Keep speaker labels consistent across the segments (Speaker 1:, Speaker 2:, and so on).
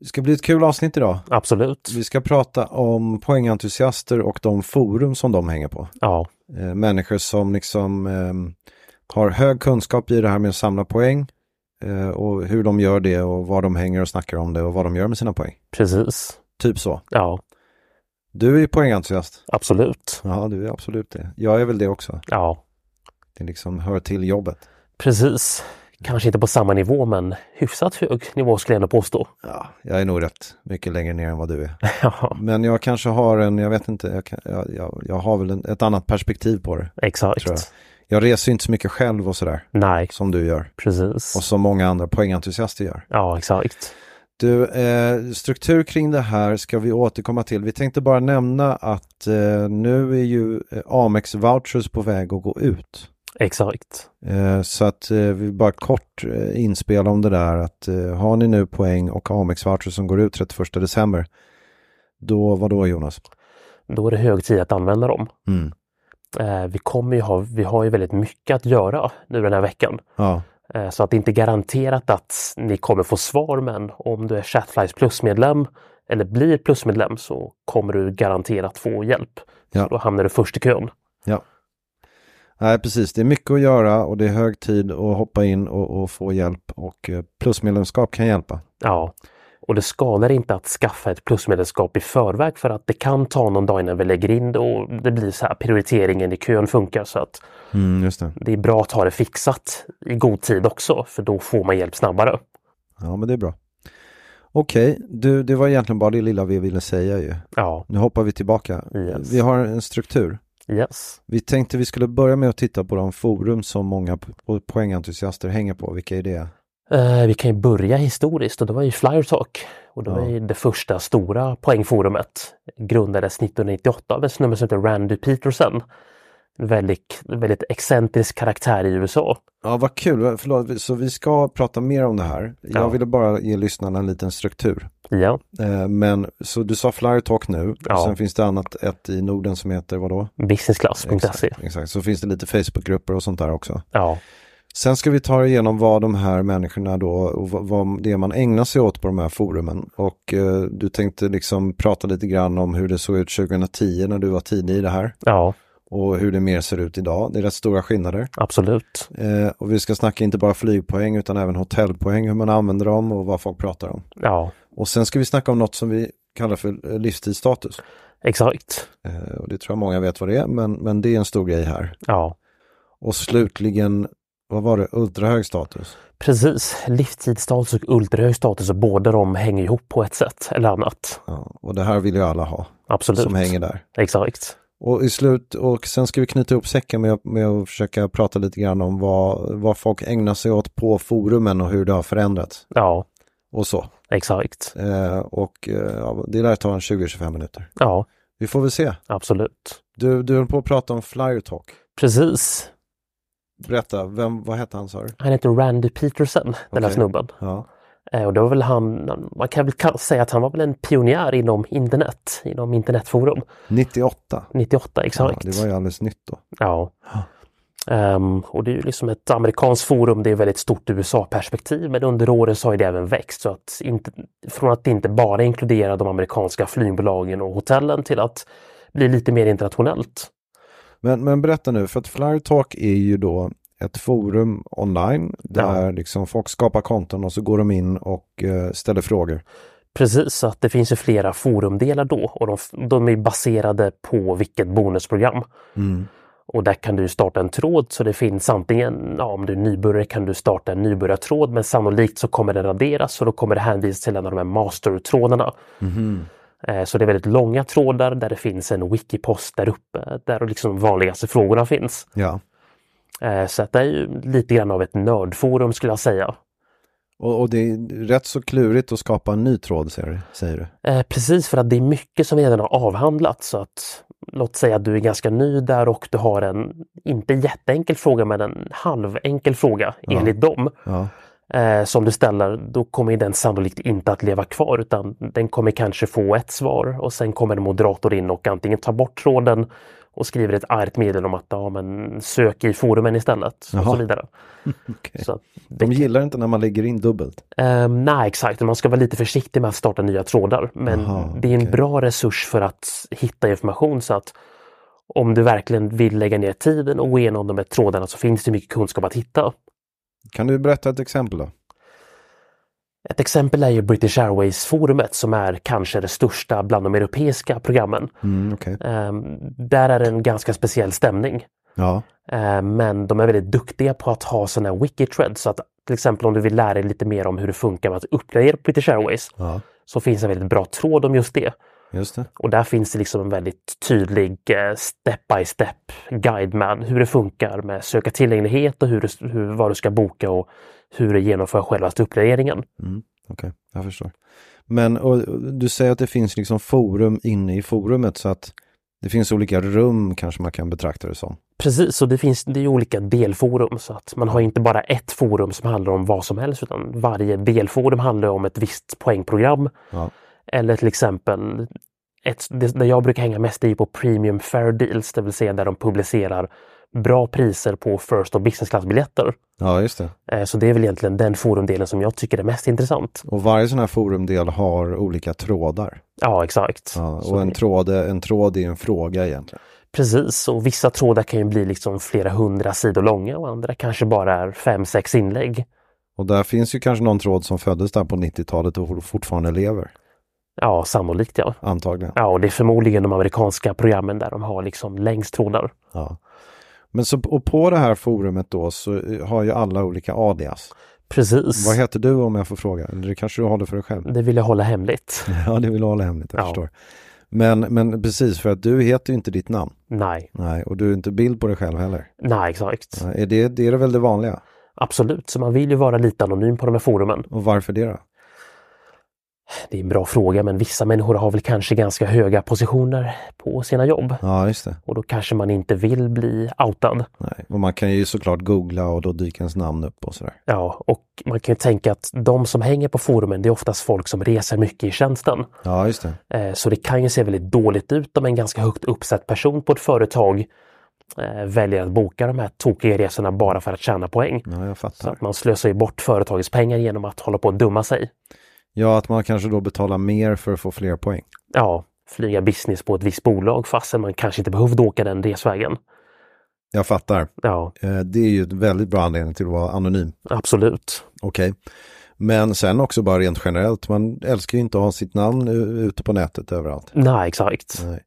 Speaker 1: det ska bli ett kul avsnitt idag.
Speaker 2: Absolut.
Speaker 1: Vi ska prata om poängentusiaster och de forum som de hänger på.
Speaker 2: Ja.
Speaker 1: Eh, människor som liksom ehm, har hög kunskap i det här med att samla poäng eh, och hur de gör det och var de hänger och snackar om det och vad de gör med sina poäng.
Speaker 2: Precis.
Speaker 1: Typ så.
Speaker 2: Ja.
Speaker 1: Du är ju poängentusiast.
Speaker 2: Absolut.
Speaker 1: Ja, du är absolut det. Jag är väl det också.
Speaker 2: Ja.
Speaker 1: Det liksom hör till jobbet.
Speaker 2: Precis. Kanske inte på samma nivå men hyfsat hög nivå skulle jag ändå påstå.
Speaker 1: Ja, jag är nog rätt mycket längre ner än vad du är.
Speaker 2: Ja.
Speaker 1: Men jag kanske har en, jag vet inte, jag, kan, jag, jag, jag har väl en, ett annat perspektiv på det.
Speaker 2: Exakt.
Speaker 1: Tror jag. Jag reser ju inte så mycket själv och sådär,
Speaker 2: Nej.
Speaker 1: som du gör.
Speaker 2: Precis.
Speaker 1: Och som många andra poängentusiaster gör.
Speaker 2: Ja exakt.
Speaker 1: Du, eh, struktur kring det här ska vi återkomma till. Vi tänkte bara nämna att eh, nu är ju eh, Amex Vouchers på väg att gå ut.
Speaker 2: Exakt.
Speaker 1: Eh, så att eh, vi bara kort eh, inspela om det där att eh, har ni nu poäng och Amex Vouchers som går ut 31 december, då vad då Jonas?
Speaker 2: Då är det hög tid att använda dem.
Speaker 1: Mm.
Speaker 2: Eh, vi kommer ju ha, vi har ju väldigt mycket att göra nu den här veckan.
Speaker 1: Ja,
Speaker 2: Eh, så att det inte är garanterat att ni kommer få svar men om du är Chatflies plusmedlem eller blir plusmedlem så kommer du garanterat få hjälp.
Speaker 1: Ja.
Speaker 2: Så då hamnar du först i kön.
Speaker 1: ja. Nej, precis. Det är mycket att göra och det är hög tid att hoppa in och, och få hjälp och eh, plusmedlemskap kan hjälpa.
Speaker 2: Ja, och det skadar inte att skaffa ett plusmedlemskap i förväg för att det kan ta någon dag innan vi lägger in det och det blir så här prioriteringen i kön funkar så att
Speaker 1: Mm, just det.
Speaker 2: det är bra att ha det fixat i god tid också för då får man hjälp snabbare.
Speaker 1: Ja, men det är bra. Okej, du, det var egentligen bara det lilla vi ville säga ju.
Speaker 2: Ja,
Speaker 1: Nu hoppar vi tillbaka.
Speaker 2: Yes.
Speaker 1: Vi har en struktur.
Speaker 2: yes,
Speaker 1: Vi tänkte vi skulle börja med att titta på de forum som många po- poängentusiaster hänger på. Vilka är det?
Speaker 2: Eh, vi kan ju börja historiskt och det var ju Flyertalk och det var
Speaker 1: Ja.
Speaker 2: ju det första stora poängforumet. Grundades 1998 av en snubbe som heter Randy Peterson. En väldigt, väldigt excentrisk karaktär i USA.
Speaker 1: Ja, vad kul. Förlåt, så vi ska prata mer om det här. Jag
Speaker 2: Ja.
Speaker 1: ville bara ge lyssnarna en liten struktur.
Speaker 2: Ja,
Speaker 1: Eh, men så du sa Flyer Talk nu.
Speaker 2: Ja.
Speaker 1: Och sen finns det annat ett i Norden som heter vadå?
Speaker 2: businessclass.se.
Speaker 1: Exakt, så finns det lite Facebookgrupper och sånt där också.
Speaker 2: E. Ja,
Speaker 1: Sen ska vi ta igenom vad de här människorna då och vad, vad det är man ägnar sig åt på de här forumen. Och eh, du tänkte liksom prata lite grann om hur det såg ut 2010 när du var tidig i det här
Speaker 2: ja,
Speaker 1: och hur det mer ser ut idag. Det är rätt stora skillnader.
Speaker 2: absolut.
Speaker 1: Eh, och vi ska snacka inte bara flygpoäng utan även hotellpoäng, hur man använder dem och vad folk pratar om.
Speaker 2: Ja,
Speaker 1: Och sen ska vi snacka om något som vi kallar för eh, livstidsstatus.
Speaker 2: exakt.
Speaker 1: Eh, och det tror jag många vet vad det är, men, men det är en stor grej här.
Speaker 2: Ja,
Speaker 1: Och slutligen, vad var det, ultrahög status?
Speaker 2: precis. Livstidsstatus och ultrahög status och båda de hänger ihop på ett sätt eller annat.
Speaker 1: Ja, och det här vill ju alla ha.
Speaker 2: Absolut.
Speaker 1: som hänger där.
Speaker 2: Exakt.
Speaker 1: Och i slut, och sen ska vi knyta ihop säcken med, att- med att försöka prata lite grann om vad, vad folk ägnar sig åt på forumen och hur det har förändrats.
Speaker 2: Ja,
Speaker 1: Och så.
Speaker 2: exakt.
Speaker 1: Eh, och eh, ja, det lär ta en 20-25 minuter.
Speaker 2: Ja,
Speaker 1: Vi får väl se.
Speaker 2: absolut.
Speaker 1: Du, du höll på att prata om Flyer Talk.
Speaker 2: Precis.
Speaker 1: Berätta, vem, vad hette han sa du?
Speaker 2: Han heter Randy Peterson, den här
Speaker 1: Okej.
Speaker 2: snubben.
Speaker 1: Ja,
Speaker 2: Eh, Och det var väl han, man kan väl ka- säga att han var väl en pionjär inom internet, inom internetforum.
Speaker 1: 98.
Speaker 2: 98,
Speaker 1: Ja,
Speaker 2: exakt.
Speaker 1: det var ju alldeles nytt då.
Speaker 2: Ja. Ehm, och det är ju liksom ett amerikanskt forum, det är väldigt stort USA-perspektiv, men under åren så har ju det även växt. Så att inte, från att inte bara inkludera de amerikanska flygbolagen och hotellen till att bli lite mer internationellt.
Speaker 1: Men, men berätta nu, för att Flyertalk är ju då ett forum online där
Speaker 2: Ja.
Speaker 1: liksom folk skapar konton och så går de in och eh, ställer frågor.
Speaker 2: Precis, så att det finns ju flera forumdelar då och de, de är baserade på vilket bonusprogram. Och där kan du starta en tråd så det finns antingen, ja, om du är nybörjare kan du starta en nybörjartråd men sannolikt så kommer den raderas och då kommer det hänvisas till en av de här mastertrådarna. Eh, Så det är väldigt långa trådar där det finns en wikipost där uppe där de liksom vanligaste frågorna finns.
Speaker 1: Ja.
Speaker 2: Eh, Så att det är ju lite grann av ett nördforum skulle jag säga.
Speaker 1: Och, och det är rätt så klurigt att skapa en ny tråd säger du. Säger du.
Speaker 2: Eh, precis, för att det är mycket som redan har avhandlats. Så att, låt säga att du är ganska ny där och du har en, inte jätteenkel fråga, men en halvenkel fråga enligt dem.
Speaker 1: Ja.
Speaker 2: Eh, som du ställer, då kommer ju den sannolikt inte att leva kvar utan den kommer kanske få ett svar och sen kommer en moderator in och antingen tar bort tråden och skriver ett argt meddelande om att ja, men sök i forumen istället. Och
Speaker 1: Jaha.
Speaker 2: så vidare.
Speaker 1: Okej.
Speaker 2: Så att det
Speaker 1: De gillar inte när man lägger in dubbelt.
Speaker 2: Ehm, nej, exakt. Man ska vara lite försiktig med att starta nya trådar. Men
Speaker 1: Aha,
Speaker 2: det är en
Speaker 1: okej.
Speaker 2: bra resurs för att hitta information så att om du verkligen vill lägga ner tiden och gå igenom de här trådarna så finns det mycket kunskap att hitta.
Speaker 1: Kan du berätta ett exempel då?
Speaker 2: Ett exempel är ju British Airways-forumet som är kanske det största bland de europeiska programmen.
Speaker 1: Mm, Okej.
Speaker 2: Ehm, där är det en ganska speciell stämning.
Speaker 1: Ja.
Speaker 2: Eh, Men de är väldigt duktiga på att ha sådana här wiki-threads. Så att till exempel om du vill lära dig lite mer om hur det funkar med att uppgradera British Airways
Speaker 1: ja,
Speaker 2: så finns en väldigt bra tråd om just det.
Speaker 1: just det.
Speaker 2: Och där finns det liksom en väldigt tydlig eh, step-by-step guide med hur det funkar med söka tillgänglighet och hur du, hur, vad du ska boka och hur du genomför själva uppgraderingen.
Speaker 1: Okej, jag förstår. Men och, och du säger att det finns liksom forum inne i forumet så att det finns olika rum kanske man kan betrakta det som.
Speaker 2: Precis, och det finns det är ju olika delforum så att man har inte bara ett forum som handlar om vad som helst utan varje delforum handlar om ett visst poängprogram.
Speaker 1: Ja.
Speaker 2: Eller till exempel, ett, det, där jag brukar hänga mest är ju på Premium Fair Deals, det vill säga där de publicerar bra priser på First och Business Class-biljetter.
Speaker 1: Ja, just det.
Speaker 2: Eh, Så det är väl egentligen den forumdelen som jag tycker är mest intressant.
Speaker 1: Och varje sån här forumdel har olika trådar.
Speaker 2: Ja, exakt.
Speaker 1: Ja,
Speaker 2: Så
Speaker 1: och en
Speaker 2: det-
Speaker 1: tråd, är- en tråd är en fråga egentligen.
Speaker 2: Precis, och vissa trådar kan ju bli liksom flera hundra sidor långa och andra kanske bara är fem, sex inlägg.
Speaker 1: Och där finns ju kanske någon tråd som föddes där på 90-talet och fortfarande lever,
Speaker 2: Ja, sannolikt ja.
Speaker 1: antagligen.
Speaker 2: Ja, och det är förmodligen de amerikanska programmen där de har liksom längst trådar.
Speaker 1: Ja. Men så, och på det här forumet då så eh, har ju alla olika alias.
Speaker 2: Precis.
Speaker 1: Vad heter du om jag får fråga? Eller det kanske du håller för dig själv?
Speaker 2: Det vill jag hålla hemligt.
Speaker 1: Ja, det vill du hålla hemligt, jag
Speaker 2: Mm. Ja.
Speaker 1: förstår. Men, men precis, för att du heter ju inte ditt namn.
Speaker 2: Nej,
Speaker 1: Nej, och du är inte bild på dig själv heller.
Speaker 2: nej exakt.
Speaker 1: Nej, Är det, det är väl det vanliga?
Speaker 2: Absolut, så man vill ju vara lite anonym på de här forumen.
Speaker 1: Och varför det då?
Speaker 2: Det är en bra fråga, men vissa människor har väl kanske ganska höga positioner på sina jobb.
Speaker 1: Ja, just det.
Speaker 2: Och då kanske man inte vill bli outad.
Speaker 1: Nej. Och man kan ju såklart googla och då dyker ens namn upp och sådär.
Speaker 2: Ja, och man kan ju tänka att de som hänger på forumen, det är oftast folk som reser mycket i tjänsten.
Speaker 1: Ja, just det.
Speaker 2: Eh, Så det kan ju se väldigt dåligt ut om en ganska högt uppsatt person på ett företag eh, väljer att boka de här tokiga resorna bara för att tjäna poäng.
Speaker 1: Ja, jag
Speaker 2: Så
Speaker 1: fattar.
Speaker 2: att man slösar ju bort företagets pengar genom att hålla på och dumma sig.
Speaker 1: Ja, att man kanske då betalar mer för att få fler poäng.
Speaker 2: Ja, flyga business på ett visst bolag fastän man kanske inte behövde åka den resvägen.
Speaker 1: Jag fattar.
Speaker 2: Ja,
Speaker 1: Eh, Det är ju ett väldigt bra anledning till att vara anonym.
Speaker 2: absolut.
Speaker 1: Okej. Men sen också bara rent generellt, man älskar ju inte att ha sitt namn u- ute på nätet överallt.
Speaker 2: Nej, exakt.
Speaker 1: Nej.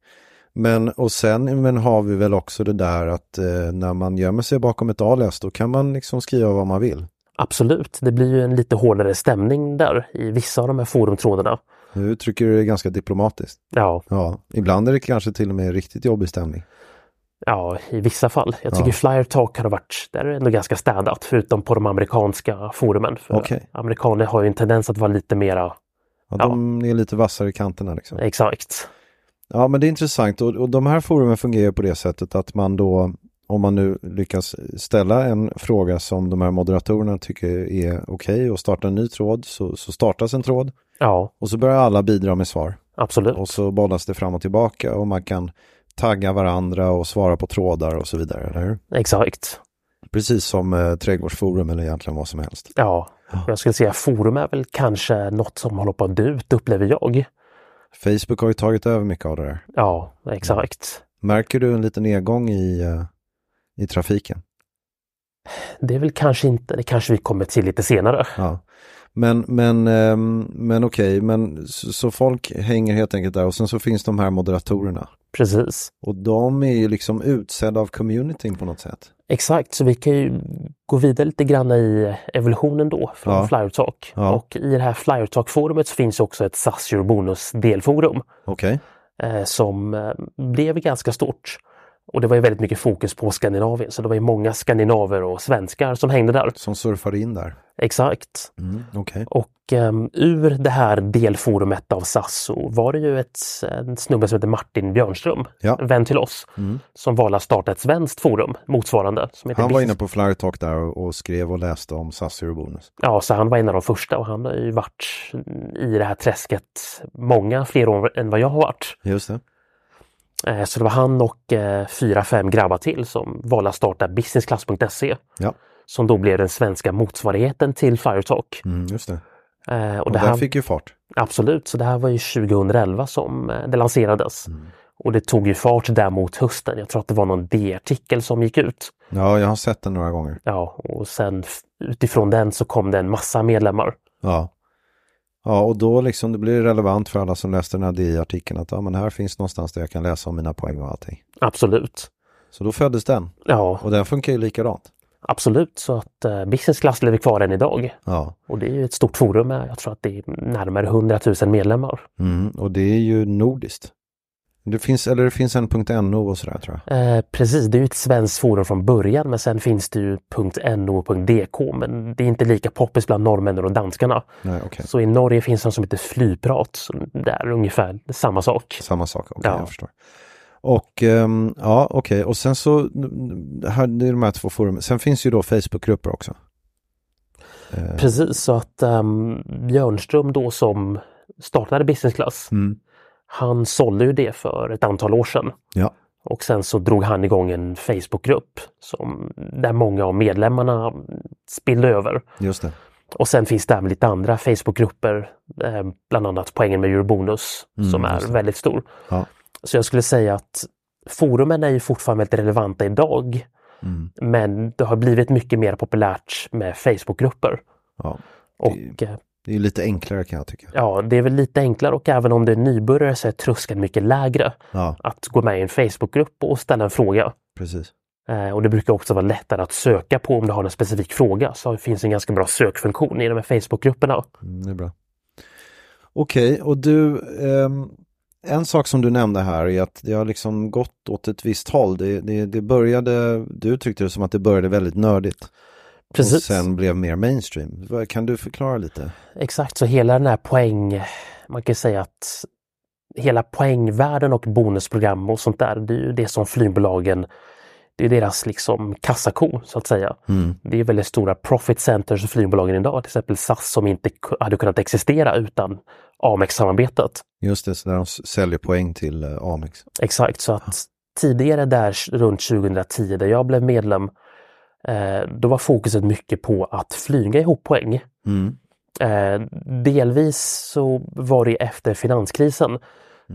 Speaker 1: Men och sen men har vi väl också det där att eh, när man gömmer sig bakom ett alias då kan man liksom skriva vad man vill.
Speaker 2: Absolut, det blir ju en lite hårdare stämning där i vissa av de här forumtrådarna.
Speaker 1: Nu uttrycker du det ganska diplomatiskt.
Speaker 2: Ja,
Speaker 1: Ja, ibland är det kanske till och med riktigt jobbig stämning.
Speaker 2: ja i vissa fall. Jag tycker
Speaker 1: Ja.
Speaker 2: Flyer Talk har varit, där är det ändå ganska städat förutom på de amerikanska forumen. För
Speaker 1: Okej.
Speaker 2: Amerikaner har ju en tendens att vara lite mera
Speaker 1: Ja, De är lite vassare i kanterna liksom.
Speaker 2: exakt.
Speaker 1: Ja, men det är intressant och, och de här forumen fungerar ju på det sättet att man då, om man nu lyckas ställa en fråga som de här moderatorerna tycker är okej och starta en ny tråd så, så startas en tråd
Speaker 2: Ja,
Speaker 1: och så börjar alla bidra med svar.
Speaker 2: absolut.
Speaker 1: Och så bollas det fram och tillbaka och man kan tagga varandra och svara på trådar och så vidare, eller hur?
Speaker 2: Exakt.
Speaker 1: Precis som eh, trädgårdsforum eller egentligen vad som helst.
Speaker 2: Ja, jag skulle säga forum är väl kanske något som håller på att dö ut, upplever jag.
Speaker 1: Facebook har ju tagit över mycket av det där.
Speaker 2: Ja, exakt.
Speaker 1: Märker du en liten nedgång i, eh, i trafiken?
Speaker 2: Det är väl kanske inte, det kanske vi kommer till lite senare.
Speaker 1: Ja. Men, men, ehm, men okej, men så, så folk hänger helt enkelt där och sen så finns de här moderatorerna.
Speaker 2: Precis.
Speaker 1: Och de är ju liksom utsedda av communityn på något sätt.
Speaker 2: Exakt, så vi kan ju gå vidare lite grann i evolutionen då från
Speaker 1: Ja.
Speaker 2: Flyertalk.
Speaker 1: Ja.
Speaker 2: Och i det här Flyertalk-forumet så finns också ett SAS Bonus delforum
Speaker 1: Okej,
Speaker 2: eh, som eh, blev ganska stort. Och det var ju väldigt mycket fokus på Skandinavien, så det var ju många skandinaver och svenskar som hängde där.
Speaker 1: som surfar in där.
Speaker 2: Exakt.
Speaker 1: Mm, okej.
Speaker 2: Och ehm, ur det här delforumet av SAS så var det ju ett, en snubbe som heter Martin Björnström,
Speaker 1: Ja. Mm.
Speaker 2: en vän till oss, som valde att starta ett svenskt forum motsvarande. Som heter
Speaker 1: Han var
Speaker 2: Business-
Speaker 1: inne på Flyer Talk där och, och skrev och läste om SAS Eurobonus.
Speaker 2: Ja, så han var en av de första och han har ju varit i det här träsket många fler år än vad jag har varit.
Speaker 1: Just det.
Speaker 2: Eh, Så det var han och eh, fyra, fem grabbar till som valde att starta businessclass.se
Speaker 1: Ja,
Speaker 2: som då blev den svenska motsvarigheten till Firetalk.
Speaker 1: mm, just det.
Speaker 2: Eh, Och
Speaker 1: Och
Speaker 2: det
Speaker 1: där
Speaker 2: här,
Speaker 1: fick ju fart.
Speaker 2: Absolut, så det här var ju 2011 som eh, det lanserades.
Speaker 1: Mm.
Speaker 2: Och det tog ju fart där mot hösten. Jag tror att det var någon D-artikel som gick ut.
Speaker 1: Ja, jag har sett den några gånger.
Speaker 2: Ja, och sen f- utifrån den så kom det en massa medlemmar.
Speaker 1: Ja. Ja, och då liksom det blir relevant för alla som läste den här DI-artikeln att ja, men här finns någonstans där jag kan läsa om mina poäng och allting.
Speaker 2: Absolut.
Speaker 1: Så då föddes den
Speaker 2: Ja,
Speaker 1: och den funkar ju likadant.
Speaker 2: Absolut, så att eh, Business Class lever kvar än idag.
Speaker 1: Ja,
Speaker 2: Och det är ju ett stort forum med, jag tror att det är närmare 100 000 medlemmar.
Speaker 1: mm. och det är ju nordiskt. Det finns, eller det finns en .no och sådär tror jag.
Speaker 2: Eh, precis, det är ju ett svenskt forum från början men sen finns det ju .no och .dk men det är inte lika poppis bland norrmännen och danskarna.
Speaker 1: Nej, okej.
Speaker 2: Så i Norge finns det som heter Flyprat, så där är ungefär samma sak.
Speaker 1: Samma sak, okej,
Speaker 2: Ja.
Speaker 1: jag förstår. Och ehm, ja, okej, och sen så, det här, det är de här två forumen. Sen finns ju då Facebookgrupper också. Eh,
Speaker 2: Precis, så att ehm, Björnström då som startade Business Class,
Speaker 1: Mm.
Speaker 2: han sålde ju det för ett antal år sedan.
Speaker 1: Ja,
Speaker 2: Och sen så drog han igång en Facebookgrupp som, där många av medlemmarna spillde över.
Speaker 1: just det.
Speaker 2: Och sen finns det även lite andra Facebookgrupper, eh, bland annat poängen med Eurobonus
Speaker 1: Mm,
Speaker 2: som
Speaker 1: just
Speaker 2: är
Speaker 1: det.
Speaker 2: väldigt stor.
Speaker 1: Ja.
Speaker 2: Så jag skulle säga att forumen är ju fortfarande väldigt relevanta idag.
Speaker 1: Mm.
Speaker 2: Men det har blivit mycket mer populärt med Facebookgrupper.
Speaker 1: Ja,
Speaker 2: Och eh,
Speaker 1: det är lite enklare kan jag tycka.
Speaker 2: ja, det är väl lite enklare och även om det är nybörjare så är tröskeln mycket lägre
Speaker 1: Ja,
Speaker 2: att gå med i en Facebookgrupp och ställa en fråga.
Speaker 1: precis.
Speaker 2: Eh, Och det brukar också vara lättare att söka på om du har en specifik fråga. Så det finns en ganska bra sökfunktion i de här Facebookgrupperna.
Speaker 1: Mm, det är bra. Okej, och du, ehm, en sak som du nämnde här är att det har liksom gått åt ett visst håll. Det, det, det började, du uttryckte det som att det började väldigt nördigt. Och
Speaker 2: Precis.
Speaker 1: sen blev mer mainstream. Vad- Kan du förklara lite?
Speaker 2: Exakt, så hela den här poäng... Man kan ju säga att hela poängvärlden och bonusprogram och sånt där, det är ju det som flygbolagen... Det är deras liksom kassako, så att säga.
Speaker 1: Mm.
Speaker 2: Det är väldigt stora profit centers för flygbolagen idag, till exempel SAS som inte ku- hade kunnat existera utan Amex-samarbetet.
Speaker 1: Just det, så där de s- säljer poäng till eh, Amex.
Speaker 2: Exakt, så att tidigare där runt 2010 där jag blev medlem, eh, då var fokuset mycket på att flyga ihop poäng.
Speaker 1: Mm.
Speaker 2: Eh, delvis så var det efter finanskrisen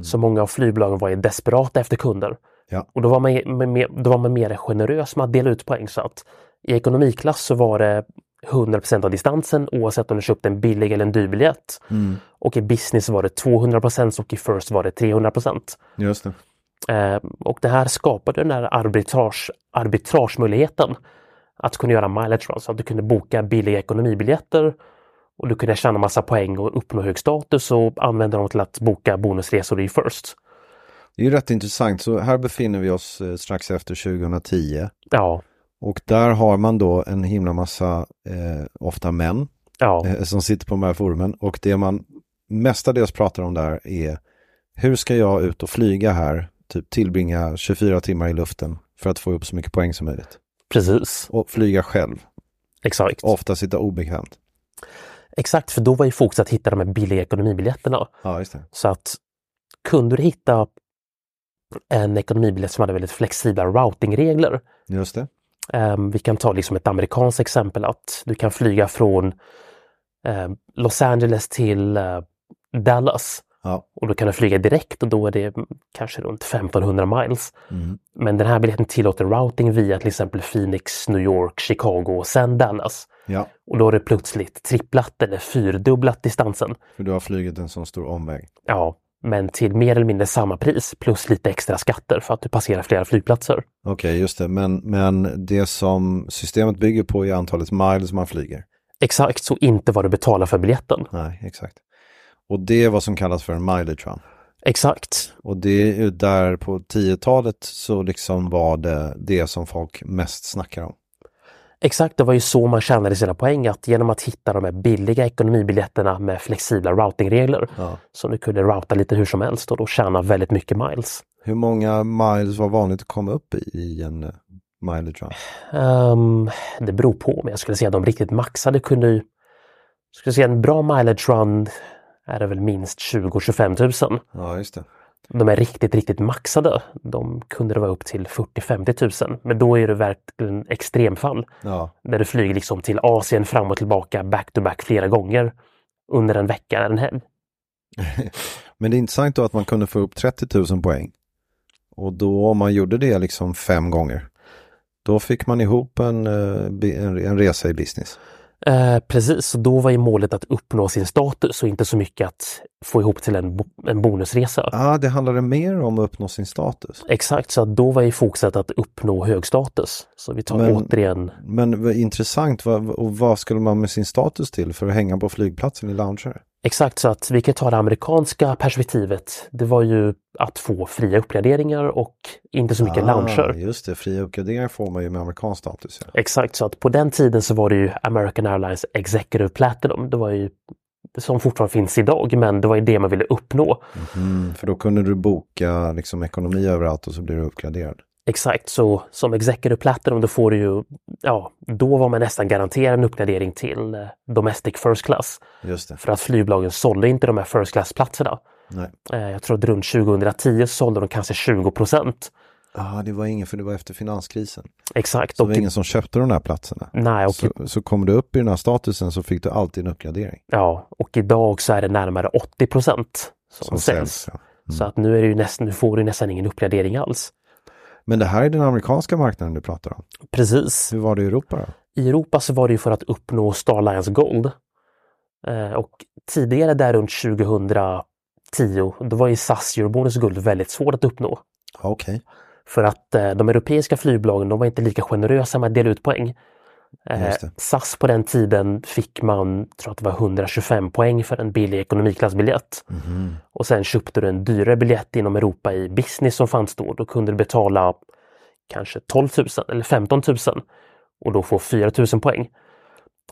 Speaker 2: så många av flygbolagen var ju desperata efter kunder.
Speaker 1: Ja.
Speaker 2: Och då var, man, med, med, då var man mer generös med att dela ut poäng så att i ekonomiklass så var det 100 av distansen oavsett om du köpte en billig eller en dyr biljett.
Speaker 1: Mm.
Speaker 2: Och i business var det 200 och i first var det 300
Speaker 1: Just det.
Speaker 2: Eh, och det här skapade den här arbitrage, arbitragemöjligheten att kunna göra mileage runs, så att du kunde boka billiga ekonomibiljetter och du kunde tjäna massa poäng och uppnå hög status och använda dem till att boka bonusresor i First.
Speaker 1: Det är ju rätt intressant. Så här befinner vi oss eh, strax efter 2010.
Speaker 2: Ja,
Speaker 1: Och där har man då en himla massa, eh, ofta män,
Speaker 2: ja,
Speaker 1: eh, som sitter på de här forumen. Och det man mestadels pratar om där är hur ska jag ut och flyga här, typ tillbringa 24 timmar i luften för att få upp så mycket poäng som möjligt.
Speaker 2: precis.
Speaker 1: Och flyga själv,
Speaker 2: Exakt.
Speaker 1: ofta sitta obekvämt.
Speaker 2: Exakt, för då var ju fokus att hitta de här billiga ekonomibiljetterna.
Speaker 1: Ja, just det.
Speaker 2: Så att kunde du hitta en ekonomibiljett som hade väldigt flexibla routingregler
Speaker 1: Just det.
Speaker 2: Ehm, vi kan ta liksom ett amerikanskt exempel att du kan flyga från eh, Los Angeles till eh, Dallas
Speaker 1: Ja.
Speaker 2: och då kan du flyga direkt och då är det mm, kanske runt 1500 miles.
Speaker 1: Mm.
Speaker 2: Men den här biljetten tillåter routing via till exempel Phoenix, New York, Chicago och sen Dallas.
Speaker 1: ja,
Speaker 2: Och då har du plötsligt tripplat eller fyrdubblat distansen.
Speaker 1: för du har flugit en sån stor omväg.
Speaker 2: Ja, men till mer eller mindre samma pris plus lite extra skatter för att du passerar flera flygplatser.
Speaker 1: Okej, just det. Men, men det som systemet bygger på är antalet miles man flyger.
Speaker 2: Exakt så inte vad du betalar för biljetten.
Speaker 1: Nej, exakt. Och det är vad som kallas för en mileage run.
Speaker 2: Exakt.
Speaker 1: Och det är ju där på 10-talet så liksom var det det som folk mest snackar om.
Speaker 2: Exakt, det var ju så man tjänade sina poäng att genom att hitta de här billiga ekonomibiljetterna med flexibla routingregler
Speaker 1: Ja.
Speaker 2: så du kunde routa lite hur som helst och då tjäna väldigt mycket miles.
Speaker 1: Hur många miles var vanligt att komma upp i i en eh, mileage run?
Speaker 2: Ehm, det beror på, men jag skulle säga att de riktigt maxade kunde ju... Jag skulle säga en bra mileage run är det väl minst 20-25 000.
Speaker 1: Ja, just det.
Speaker 2: De är riktigt, riktigt maxade. De kunde det vara upp till 40-50 000, men då är det verkligen extremfall.
Speaker 1: Ja,
Speaker 2: där du flyger liksom till Asien fram och tillbaka back to back flera gånger under en vecka eller en helg.
Speaker 1: Men det är intressant då att man kunde få upp 30 000 poäng. Och då om man gjorde det liksom fem gånger, då fick man ihop en, eh, bi- en, en resa i business.
Speaker 2: Eh, precis, så då var ju målet att uppnå sin status och inte så mycket att få ihop till en, bo- en bonusresa.
Speaker 1: Ah, det handlade mer om att uppnå sin status.
Speaker 2: Exakt, så att då var ju fokuset att uppnå hög status. Så vi tar
Speaker 1: Men-
Speaker 2: återigen,
Speaker 1: Men vad intressant, vad, och vad skulle man med sin status till för att hänga på flygplatsen i lounger?
Speaker 2: exakt så att vi kan ta det amerikanska perspektivet. Det var ju att få fria uppgraderingar och inte så mycket lounger.
Speaker 1: Ah, Just det, fria uppgraderingar får man ju med amerikansk status. Ja.
Speaker 2: Exakt, så att på den tiden så var det ju American Airlines Executive Platinum. Det var ju som fortfarande finns idag, men det var ju det man ville uppnå.
Speaker 1: Mm, för då kunde du boka liksom, ekonomi överallt och så blir du uppgraderad.
Speaker 2: Exakt, så som Executive Platinum då får du ju, ja, då var man nästan garanterad en uppgradering till eh, Domestic First Class.
Speaker 1: Just det.
Speaker 2: För att flygbolagen sålde inte de här First Class-platserna.
Speaker 1: Nej.
Speaker 2: Eh, Jag tror att runt 2010 sålde de kanske 20 procent.
Speaker 1: Ah, det var ingen, för det var efter finanskrisen.
Speaker 2: Exakt.
Speaker 1: Så det
Speaker 2: och
Speaker 1: var
Speaker 2: till-
Speaker 1: ingen som köpte de där platserna.
Speaker 2: Nej, och
Speaker 1: Så, så kom du upp i den här statusen så fick du alltid en uppgradering.
Speaker 2: Ja, och idag så är det närmare 80 procent som,
Speaker 1: Som
Speaker 2: säljs.
Speaker 1: säljs, ja. Mm.
Speaker 2: Så att nu, är det ju nästan, nu får du nästan ingen uppgradering alls.
Speaker 1: Men det här är den amerikanska marknaden du pratar om.
Speaker 2: Precis.
Speaker 1: Hur var det i Europa då?
Speaker 2: I Europa så var det ju för att uppnå Star Alliance Gold. Eh, och tidigare där runt 2010, då var ju SAS Eurobonus Guld väldigt svårt att uppnå.
Speaker 1: Ja, Okej,
Speaker 2: För att eh, de europeiska flygbolagen, de var inte lika generösa med att dela ut poäng. Eh,
Speaker 1: Just det.
Speaker 2: SAS på den tiden fick man, tror att det var 125 poäng för en billig ekonomiklassbiljett.
Speaker 1: Mhm.
Speaker 2: Och sen köpte du en dyrare biljett inom Europa i business som fanns då. Då kunde du betala kanske 12 000 eller 15 000 och då få 4 000 poäng.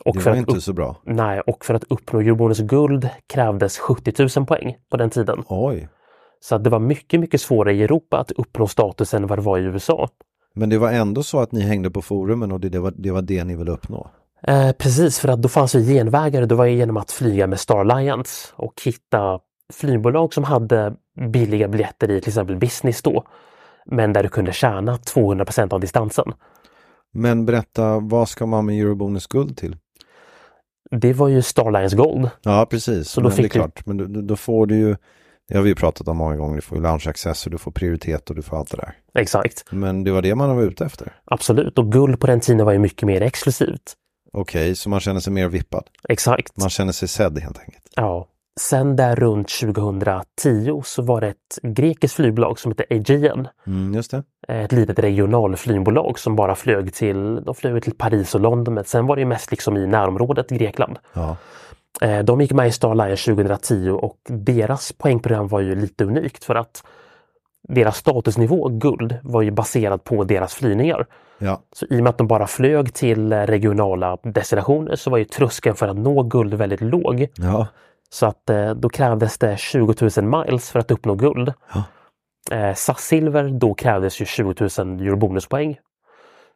Speaker 2: Och
Speaker 1: det
Speaker 2: för,
Speaker 1: var
Speaker 2: att
Speaker 1: inte
Speaker 2: upp,
Speaker 1: så bra.
Speaker 2: nej, och för att uppnå Eurobonus guld krävdes 70 000 poäng på den tiden.
Speaker 1: Oj,
Speaker 2: Så att det var mycket, mycket svårare i Europa att uppnå status än vad det var i USA.
Speaker 1: men det var ändå så att ni hängde på forumen och det, det, var, det var det ni ville uppnå.
Speaker 2: Eh, precis, för att då fanns ju genvägar. Det var ju genom att flyga med Star Alliance och hitta flygbolag som hade billiga biljetter i till exempel business då. Men där du kunde tjäna 200 av distansen.
Speaker 1: Men berätta, vad ska man med Eurobonus guld till?
Speaker 2: Det var ju Star Alliance Gold.
Speaker 1: Ja, precis.
Speaker 2: Så då
Speaker 1: men det är
Speaker 2: fick du-
Speaker 1: klart, men då- då, då får du ju, det har vi ju pratat om många gånger, du får ju lounge access och du får prioritet och du får allt det där.
Speaker 2: Exakt,
Speaker 1: Men det var det man var ute efter.
Speaker 2: absolut. Och guld på den tiden var ju mycket mer exklusivt.
Speaker 1: Okej, så man känner sig mer vippad.
Speaker 2: Exakt.
Speaker 1: Man känner sig sedd helt enkelt.
Speaker 2: Ja. Sen där runt 2010 så var det ett grekiskt flygbolag som hette Aegean.
Speaker 1: Mm, just det.
Speaker 2: eh, ett litet regionalflygbolag som bara flög till, de flög till Paris och London men sen var det ju mest liksom i närområdet Grekland.
Speaker 1: Ja.
Speaker 2: Eh, De gick med i Star Alliance 2010 och deras poängprogram var ju lite unikt för att deras statusnivå, guld, var ju baserad på deras flygningar.
Speaker 1: ja.
Speaker 2: Så i och med att de bara flög till eh, regionala destinationer så var ju tröskeln för att nå guld väldigt låg.
Speaker 1: Ja,
Speaker 2: Så att eh, då krävdes det 20 000 miles för att uppnå guld.
Speaker 1: Ja.
Speaker 2: Eh, SAS Silver, då krävdes ju 20 000 eurobonuspoäng.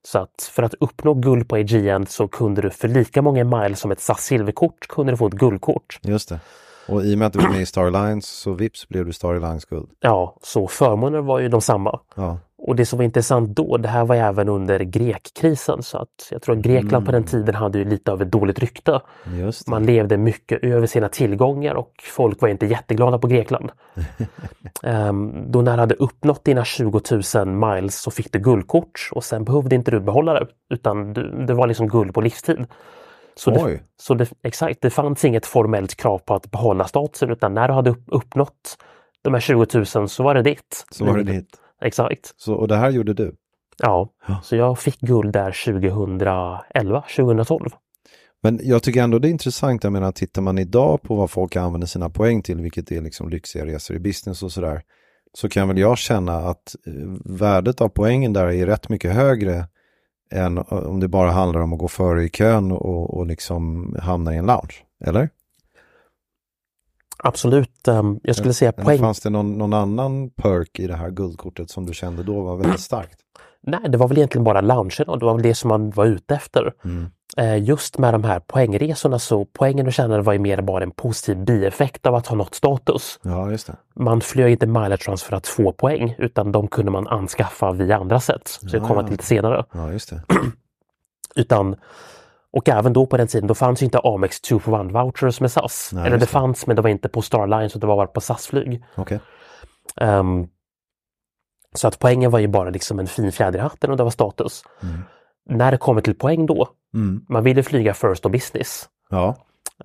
Speaker 2: Så att för att uppnå guld på AGN så kunde du för lika många miles som ett SAS Silverkort kunde du få ett guldkort.
Speaker 1: just det. Och i och med att du var med i Star Alliance så vips blev du Star Alliance guld.
Speaker 2: Ja, så förmåner var ju de samma.
Speaker 1: Ja,
Speaker 2: Och det som var intressant då, det här var ju även under grekkrisen så att jag tror att Grekland på den tiden hade ju lite av ett dåligt rykte.
Speaker 1: Just det.
Speaker 2: Man levde mycket över sina tillgångar och folk var inte jätteglada på Grekland. Ehm, då när du hade uppnått dina 20 000 miles så fick du guldkort och sen behövde inte du behålla det utan du, det var liksom guld på livstid. Så, det,
Speaker 1: Oj.
Speaker 2: så det, exakt, det fanns inget formellt krav på att behålla statusen utan när du hade upp, uppnått de här 20 000 så var det ditt.
Speaker 1: Så var det ditt.
Speaker 2: Exakt.
Speaker 1: Så, och det här gjorde du.
Speaker 2: Ja,
Speaker 1: Ja.
Speaker 2: så jag fick guld där 2011, 2012.
Speaker 1: Men jag tycker ändå det är intressant, jag menar tittar man idag på vad folk använder sina poäng till, vilket är liksom lyxiga resor i business och sådär, så kan väl jag känna att eh, värdet av poängen där är rätt mycket högre än eh, om det bara handlar om att gå före i kön och, och liksom hamna i en lounge, eller?
Speaker 2: Absolut, ehm, jag skulle säga
Speaker 1: eller
Speaker 2: poäng.
Speaker 1: fanns det någon, någon annan perk i det här guldkortet som du kände då var väldigt starkt?
Speaker 2: Nej, det var väl egentligen bara loungen och det var väl det som man var ute efter.
Speaker 1: Mm.
Speaker 2: Eh, Just med de här poängresorna så poängen du tjänade var ju mer bara en positiv bieffekt av att ha nått status.
Speaker 1: Ja, just det.
Speaker 2: Man flög inte miletrans för att få poäng utan de kunde man anskaffa via andra sätt. Så jag
Speaker 1: Ja,
Speaker 2: kommer
Speaker 1: ja.
Speaker 2: till lite senare.
Speaker 1: Ja, just det.
Speaker 2: Utan, och även då på den tiden, då fanns ju inte Amex 2 for 1 vouchers med SAS.
Speaker 1: Nej,
Speaker 2: Eller det
Speaker 1: just det.
Speaker 2: fanns men det var inte på Starlines och det var bara på SAS-flyg.
Speaker 1: Okej.
Speaker 2: Ehm, så att poängen var ju bara liksom en fin fjäder i hatten och det var status. När det kommer till poäng då,
Speaker 1: Mm.
Speaker 2: man ville flyga first och business.
Speaker 1: Ja,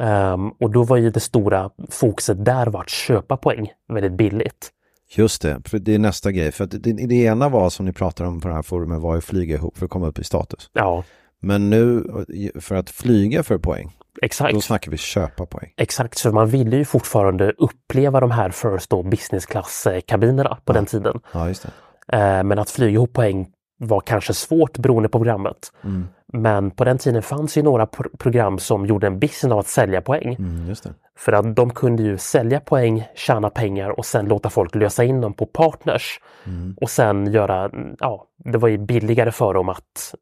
Speaker 2: Ehm, och då var ju det stora fokuset där var att köpa poäng väldigt billigt.
Speaker 1: Just det, för det är nästa grej. För att det, det ena var som ni pratade om på det här forumet var att flyga ihop för att komma upp i status.
Speaker 2: Ja,
Speaker 1: Men nu för att flyga för poäng, då
Speaker 2: exakt.
Speaker 1: snackar vi köpa poäng.
Speaker 2: Exakt, så man ville ju fortfarande uppleva de här first och business class-kabinerna på den tiden.
Speaker 1: Ja, just det.
Speaker 2: Eh, Men att flyga ihop poäng var kanske svårt beroende på programmet.
Speaker 1: Mm.
Speaker 2: Men på den tiden fanns ju några pro- program som gjorde en business av att sälja poäng.
Speaker 1: Mm, just det.
Speaker 2: För att de kunde ju sälja poäng, tjäna pengar och sen låta folk lösa in dem på partners.
Speaker 1: Mm.
Speaker 2: Och sen göra, ja, det var ju billigare för dem att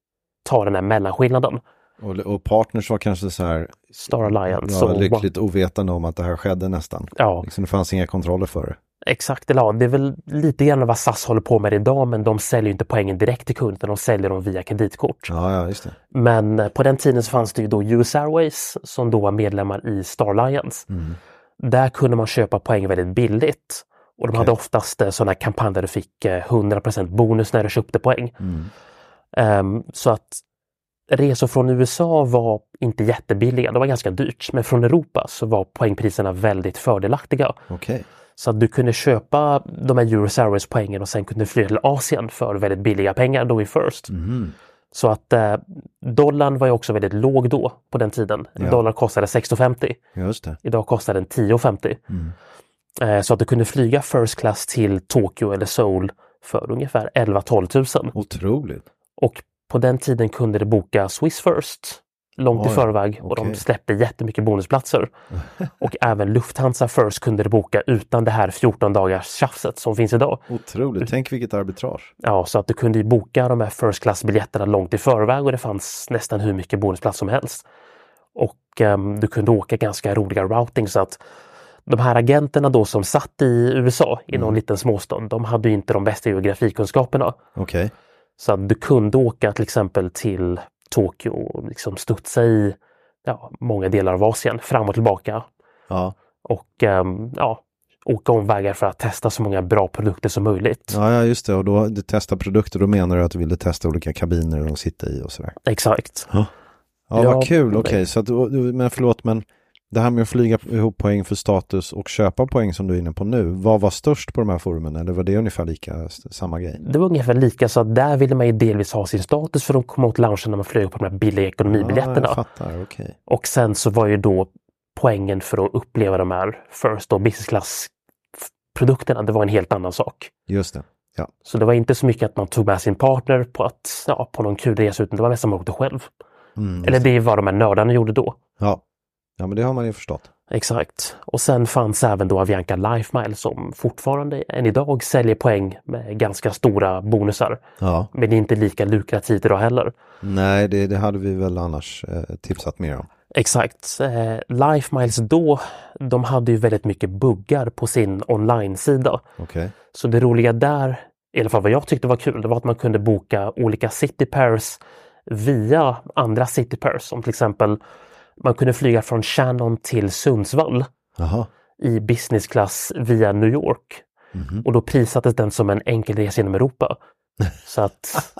Speaker 2: ta den här mellanskillnaden.
Speaker 1: Och, och partners var kanske så här
Speaker 2: Star Alliance.
Speaker 1: Mm. ja,
Speaker 2: och-
Speaker 1: lyckligt ovetande om att det här skedde nästan.
Speaker 2: Ja,
Speaker 1: Liksom, det fanns inga kontroller för det.
Speaker 2: exakt. Eller ja, det är väl lite grann vad SAS håller på med idag, men de säljer ju inte poängen direkt till kunden, de säljer dem via kreditkort.
Speaker 1: Ja, ja, just det.
Speaker 2: Men eh, på den tiden så fanns det ju då US Airways som då var medlemmar i Star Alliance.
Speaker 1: Mm,
Speaker 2: Där kunde man köpa poäng väldigt billigt. Och de hade oftast sådana kampanjer där du fick eh, 100% bonus när du köpte poäng.
Speaker 1: mm,
Speaker 2: Ehm, så att resor från USA var inte jättebilliga, det var ganska dyrt. Men från Europa så var poängpriserna väldigt fördelaktiga.
Speaker 1: Okej.
Speaker 2: Så att du kunde köpa de här US Airways poängen och sen kunde du flyga till Asien för väldigt billiga pengar då i First.
Speaker 1: Mm.
Speaker 2: Så att eh, dollarn var ju också väldigt låg då på den tiden. En
Speaker 1: Ja.
Speaker 2: dollar kostade 16,50.
Speaker 1: Just det.
Speaker 2: Idag kostar den 10,50.
Speaker 1: Mm.
Speaker 2: Eh, så att du kunde flyga First Class till Tokyo eller Seoul för ungefär 11-12 000.
Speaker 1: Otroligt.
Speaker 2: Och på den tiden kunde du boka Swiss First långt i
Speaker 1: Oj,
Speaker 2: förväg och de
Speaker 1: okej.
Speaker 2: släppte jättemycket bonusplatser. och även Lufthansa First kunde du boka utan det här 14 dagars tjafset som finns idag.
Speaker 1: Otroligt. Tänk vilket arbitrage.
Speaker 2: Ja, så att du kunde ju boka de här first class-biljetterna långt i förväg och det fanns nästan hur mycket bonusplats som helst. Och ehm, du kunde åka ganska roliga routing så att de här agenterna då som satt i USA i någon liten småstad, de hade ju inte de bästa geografikunskaperna.
Speaker 1: Okej.
Speaker 2: Så att du kunde åka till exempel till Tokyo och liksom studsa i ja, många delar av Asien fram och tillbaka
Speaker 1: Ja.
Speaker 2: och ehm, ja, åka omvägar för att testa så många bra produkter som möjligt.
Speaker 1: ja, ja, just det. Och då du testar produkter, då menar du att du ville testa olika kabiner de sitter i och sådär.
Speaker 2: Exakt.
Speaker 1: Ja,
Speaker 2: Ja,
Speaker 1: vad kul. Okej,
Speaker 2: nej.
Speaker 1: så att, du- du- men förlåt, men det här med att flyga ihop poäng för status och köpa poäng som du är inne på nu, vad var störst på de här forumen? Eller var det ungefär lika, s- samma grej?
Speaker 2: Det var ungefär lika så att där ville man ju delvis ha sin status för de kom åt loungen när man flög på de här billiga
Speaker 1: Ja,
Speaker 2: ekonomibiljetterna.
Speaker 1: jag fattar, okej.
Speaker 2: och sen så var ju då poängen för att uppleva de här first och business class produkterna, det var en helt annan sak.
Speaker 1: Just det. Ja,
Speaker 2: Så det var inte så mycket att man tog med sin partner på, att, ja, på någon kul resa utan det var mest att man åkte själv.
Speaker 1: mm,
Speaker 2: Eller det var de här nördarna gjorde då.
Speaker 1: ja. ja men det har man ju förstått.
Speaker 2: Exakt. Och sen fanns även då Avianca Lifemile som fortfarande än idag säljer poäng med ganska stora bonusar.
Speaker 1: Ja.
Speaker 2: Men det är inte lika lukrativt idag heller.
Speaker 1: Nej, det, det hade vi väl annars eh, tipsat mer om.
Speaker 2: Exakt. Eh, Lifemiles då, de hade ju väldigt mycket buggar på sin online-sida.
Speaker 1: Okej.
Speaker 2: Så det roliga där i alla fall vad jag tyckte var kul, det var att man kunde boka olika city pairs via andra city pairs. Som till exempel man kunde flyga från Shannon till Sundsvall
Speaker 1: Jaha.
Speaker 2: i business class via New York. Och då prissattes den som en enkelresa genom Europa. Så att,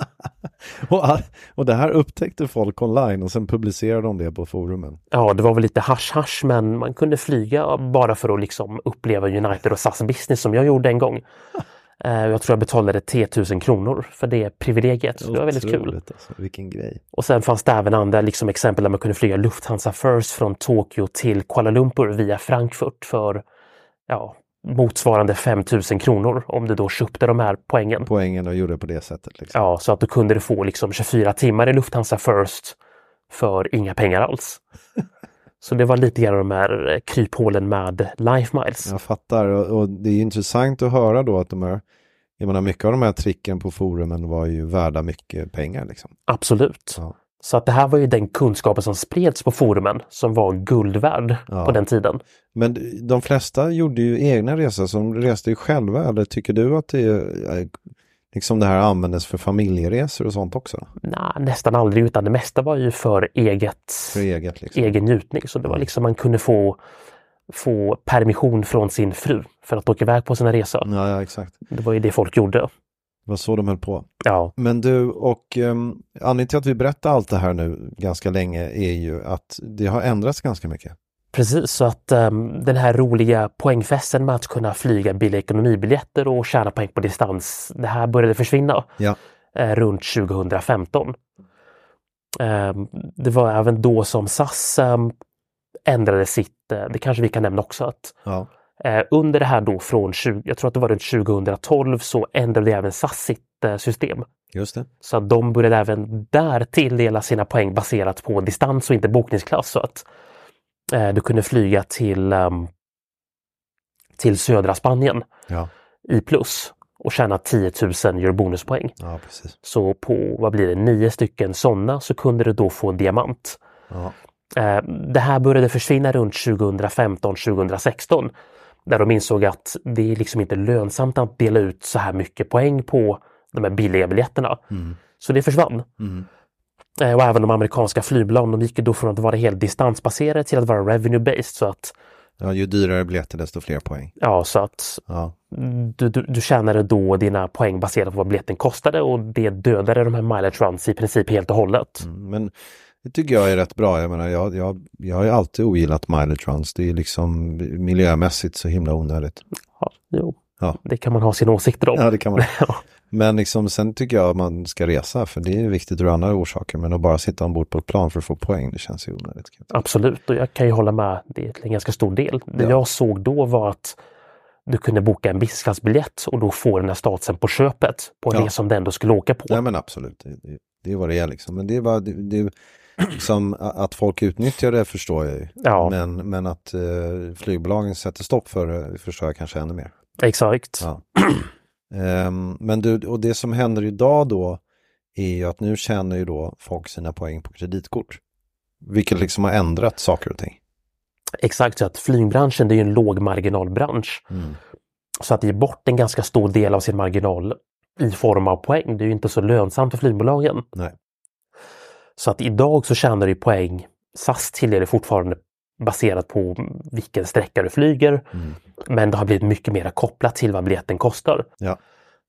Speaker 1: Och, all- och det här upptäckte folk online och sen publicerade de det på forumen.
Speaker 2: ja, det var väl lite hasch-hasch, men man kunde flyga bara för att liksom uppleva United och SAS business som jag gjorde en gång. Eh, Jag tror jag betalade 3 000 kronor för det privilegiet. Så det var väldigt kul.
Speaker 1: Otroligt, Alltså. Vilken grej.
Speaker 2: Och sen fanns det även andra liksom, exempel där man kunde flyga Lufthansa First från Tokyo till Kuala Lumpur via Frankfurt för ja, motsvarande 5 000 kronor om du då köpte de här poängen.
Speaker 1: Poängen och gjorde på det sättet. Liksom.
Speaker 2: Ja, så att du kunde du få liksom 24 timmar i Lufthansa First för inga pengar alls. Så det var lite grann de här eh, kryphålen med Life Miles.
Speaker 1: Jag fattar och, och det är ju intressant att höra då att de här, jag menar mycket av de här tricken på forumen var ju värda mycket pengar liksom.
Speaker 2: Absolut.
Speaker 1: Ja.
Speaker 2: Så att det här var ju den kunskapen som spreds på forumen som var guld värd
Speaker 1: Ja.
Speaker 2: på den tiden.
Speaker 1: Men de flesta gjorde ju egna resor, så de reste ju själva eller tycker du att det är, eh, liksom det här användes för familjeresor och sånt också?
Speaker 2: Nej, nästan aldrig, utan det mesta var ju för eget,
Speaker 1: För eget liksom?
Speaker 2: egen njutning. Så det var liksom man kunde få, få permission från sin fru för att åka iväg på sina resor.
Speaker 1: Ja, ja, exakt.
Speaker 2: Det var ju det folk gjorde.
Speaker 1: Det var så de höll på.
Speaker 2: Ja,
Speaker 1: Men du, och um, anledningen till att vi berättar allt det här nu ganska länge är ju att det har ändrats ganska mycket.
Speaker 2: precis. Så att ehm, den här roliga poängfesten med att kunna flyga billiga ekonomibiljetter och tjäna poäng på distans, det här började försvinna.
Speaker 1: Ja.
Speaker 2: eh, runt 2015. Ehm, det var även då som SAS ehm, ändrade sitt, eh, det kanske vi kan nämna också, att
Speaker 1: Ja.
Speaker 2: Eh, under det här då från 20, jag tror att det var runt 2012 så ändrade även SAS sitt eh, system.
Speaker 1: Just det.
Speaker 2: Så att de började även där tilldela sina poäng baserat på distans och inte bokningsklass. Så att eh, du kunde flyga till, ehm, till södra Spanien
Speaker 1: Ja,
Speaker 2: i plus och tjäna 10 000 euro bonuspoäng.
Speaker 1: ja precis.
Speaker 2: Så på, vad blir det, nio stycken sådana så kunde du då få en diamant.
Speaker 1: Ja.
Speaker 2: Eh, Det här började försvinna runt 2015-2016 där de insåg att det är liksom inte lönsamt att dela ut så här mycket poäng på de här billiga biljetterna. Så det försvann. Eh, Och även de amerikanska flygbolagen, de gick ju då från att vara helt distansbaserade till att vara revenue-based. Så att,
Speaker 1: ja, ju dyrare biljetter desto fler poäng.
Speaker 2: ja, så att
Speaker 1: Ja,
Speaker 2: du, du, du tjänade då dina poäng baserat på vad biljetten kostade och det dödade de här mileage runs i princip helt och hållet.
Speaker 1: mm, men det tycker jag är rätt bra. Jag menar, jag, jag, jag har ju alltid ogillat mileage runs. Det är liksom miljömässigt så himla onödigt.
Speaker 2: Ja, jo.
Speaker 1: Ja.
Speaker 2: Det kan man ha sina åsikter om.
Speaker 1: Ja, det kan man.
Speaker 2: Ja.
Speaker 1: Men liksom, sen tycker jag man ska resa, för det är viktigt ur andra orsaker. Men att bara sitta ombord på ett plan för att få poäng, det känns ju onödigt.
Speaker 2: Absolut, och jag kan ju hålla med. Det är till en ganska stor del. Det
Speaker 1: Ja.
Speaker 2: jag såg då var att du kunde boka en businessklassbiljett och då få den här statusen på köpet på
Speaker 1: Ja.
Speaker 2: det som du ändå skulle åka på.
Speaker 1: Nej men absolut, det, det, det är vad det är liksom. Men det är bara, det, det, som att folk utnyttjar det förstår jag ju.
Speaker 2: Ja.
Speaker 1: Men, men att eh, flygbolagen sätter stopp för det förstår jag kanske ännu mer.
Speaker 2: Exakt.
Speaker 1: Ja. Ehm, men du, och det som händer idag då är ju att nu tjänar ju då folk sina poäng på kreditkort. Vilket liksom har ändrat saker och ting.
Speaker 2: Exakt, så att flygbranschen det är ju en lågmarginalbransch.
Speaker 1: Mm.
Speaker 2: Så att ge bort en ganska stor del av sin marginal i form av poäng, det är ju inte så lönsamt för flygbolagen.
Speaker 1: Nej.
Speaker 2: Så att idag så tjänar du poäng. SAS tilldelar fortfarande baserat på vilken sträcka du flyger.
Speaker 1: Mm.
Speaker 2: Men det har blivit mycket mer kopplat till vad biljetten kostar.
Speaker 1: Ja.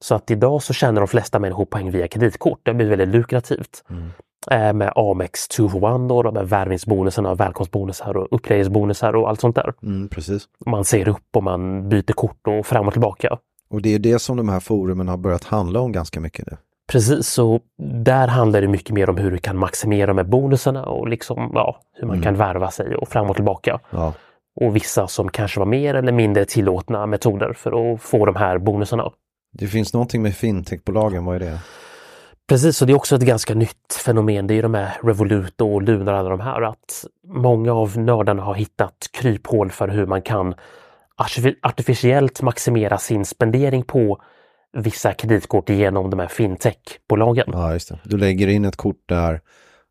Speaker 2: Så att idag så tjänar de flesta människor poäng via kreditkort. Det har blivit väldigt lukrativt.
Speaker 1: Mm.
Speaker 2: Eh, med Amex 2 for 1 och de här värvningsbonusarna, och välkomstbonusar och uppgraderingsbonusar och allt sånt där.
Speaker 1: Mm, precis.
Speaker 2: Man ser upp och man byter kort och fram och tillbaka.
Speaker 1: Och det är det som de här forumen har börjat handla om ganska mycket nu.
Speaker 2: Precis, så där handlar det mycket mer om hur du kan maximera med bonusarna och liksom, ja, hur man kan värva sig och fram och tillbaka.
Speaker 1: Ja.
Speaker 2: Och vissa som kanske var mer eller mindre tillåtna metoder för att få de här bonusarna.
Speaker 1: Det finns någonting med fintechbolagen, vad är det?
Speaker 2: Precis, så det är också ett ganska nytt fenomen. Det är ju de här Revolut och Lunar och alla de här. Att många av nördarna har hittat kryphål för hur man kan artifi- artificiellt maximera sin spendering på vissa kreditkort genom de här fintechbolagen.
Speaker 1: Ja, just det. Du lägger in ett kort där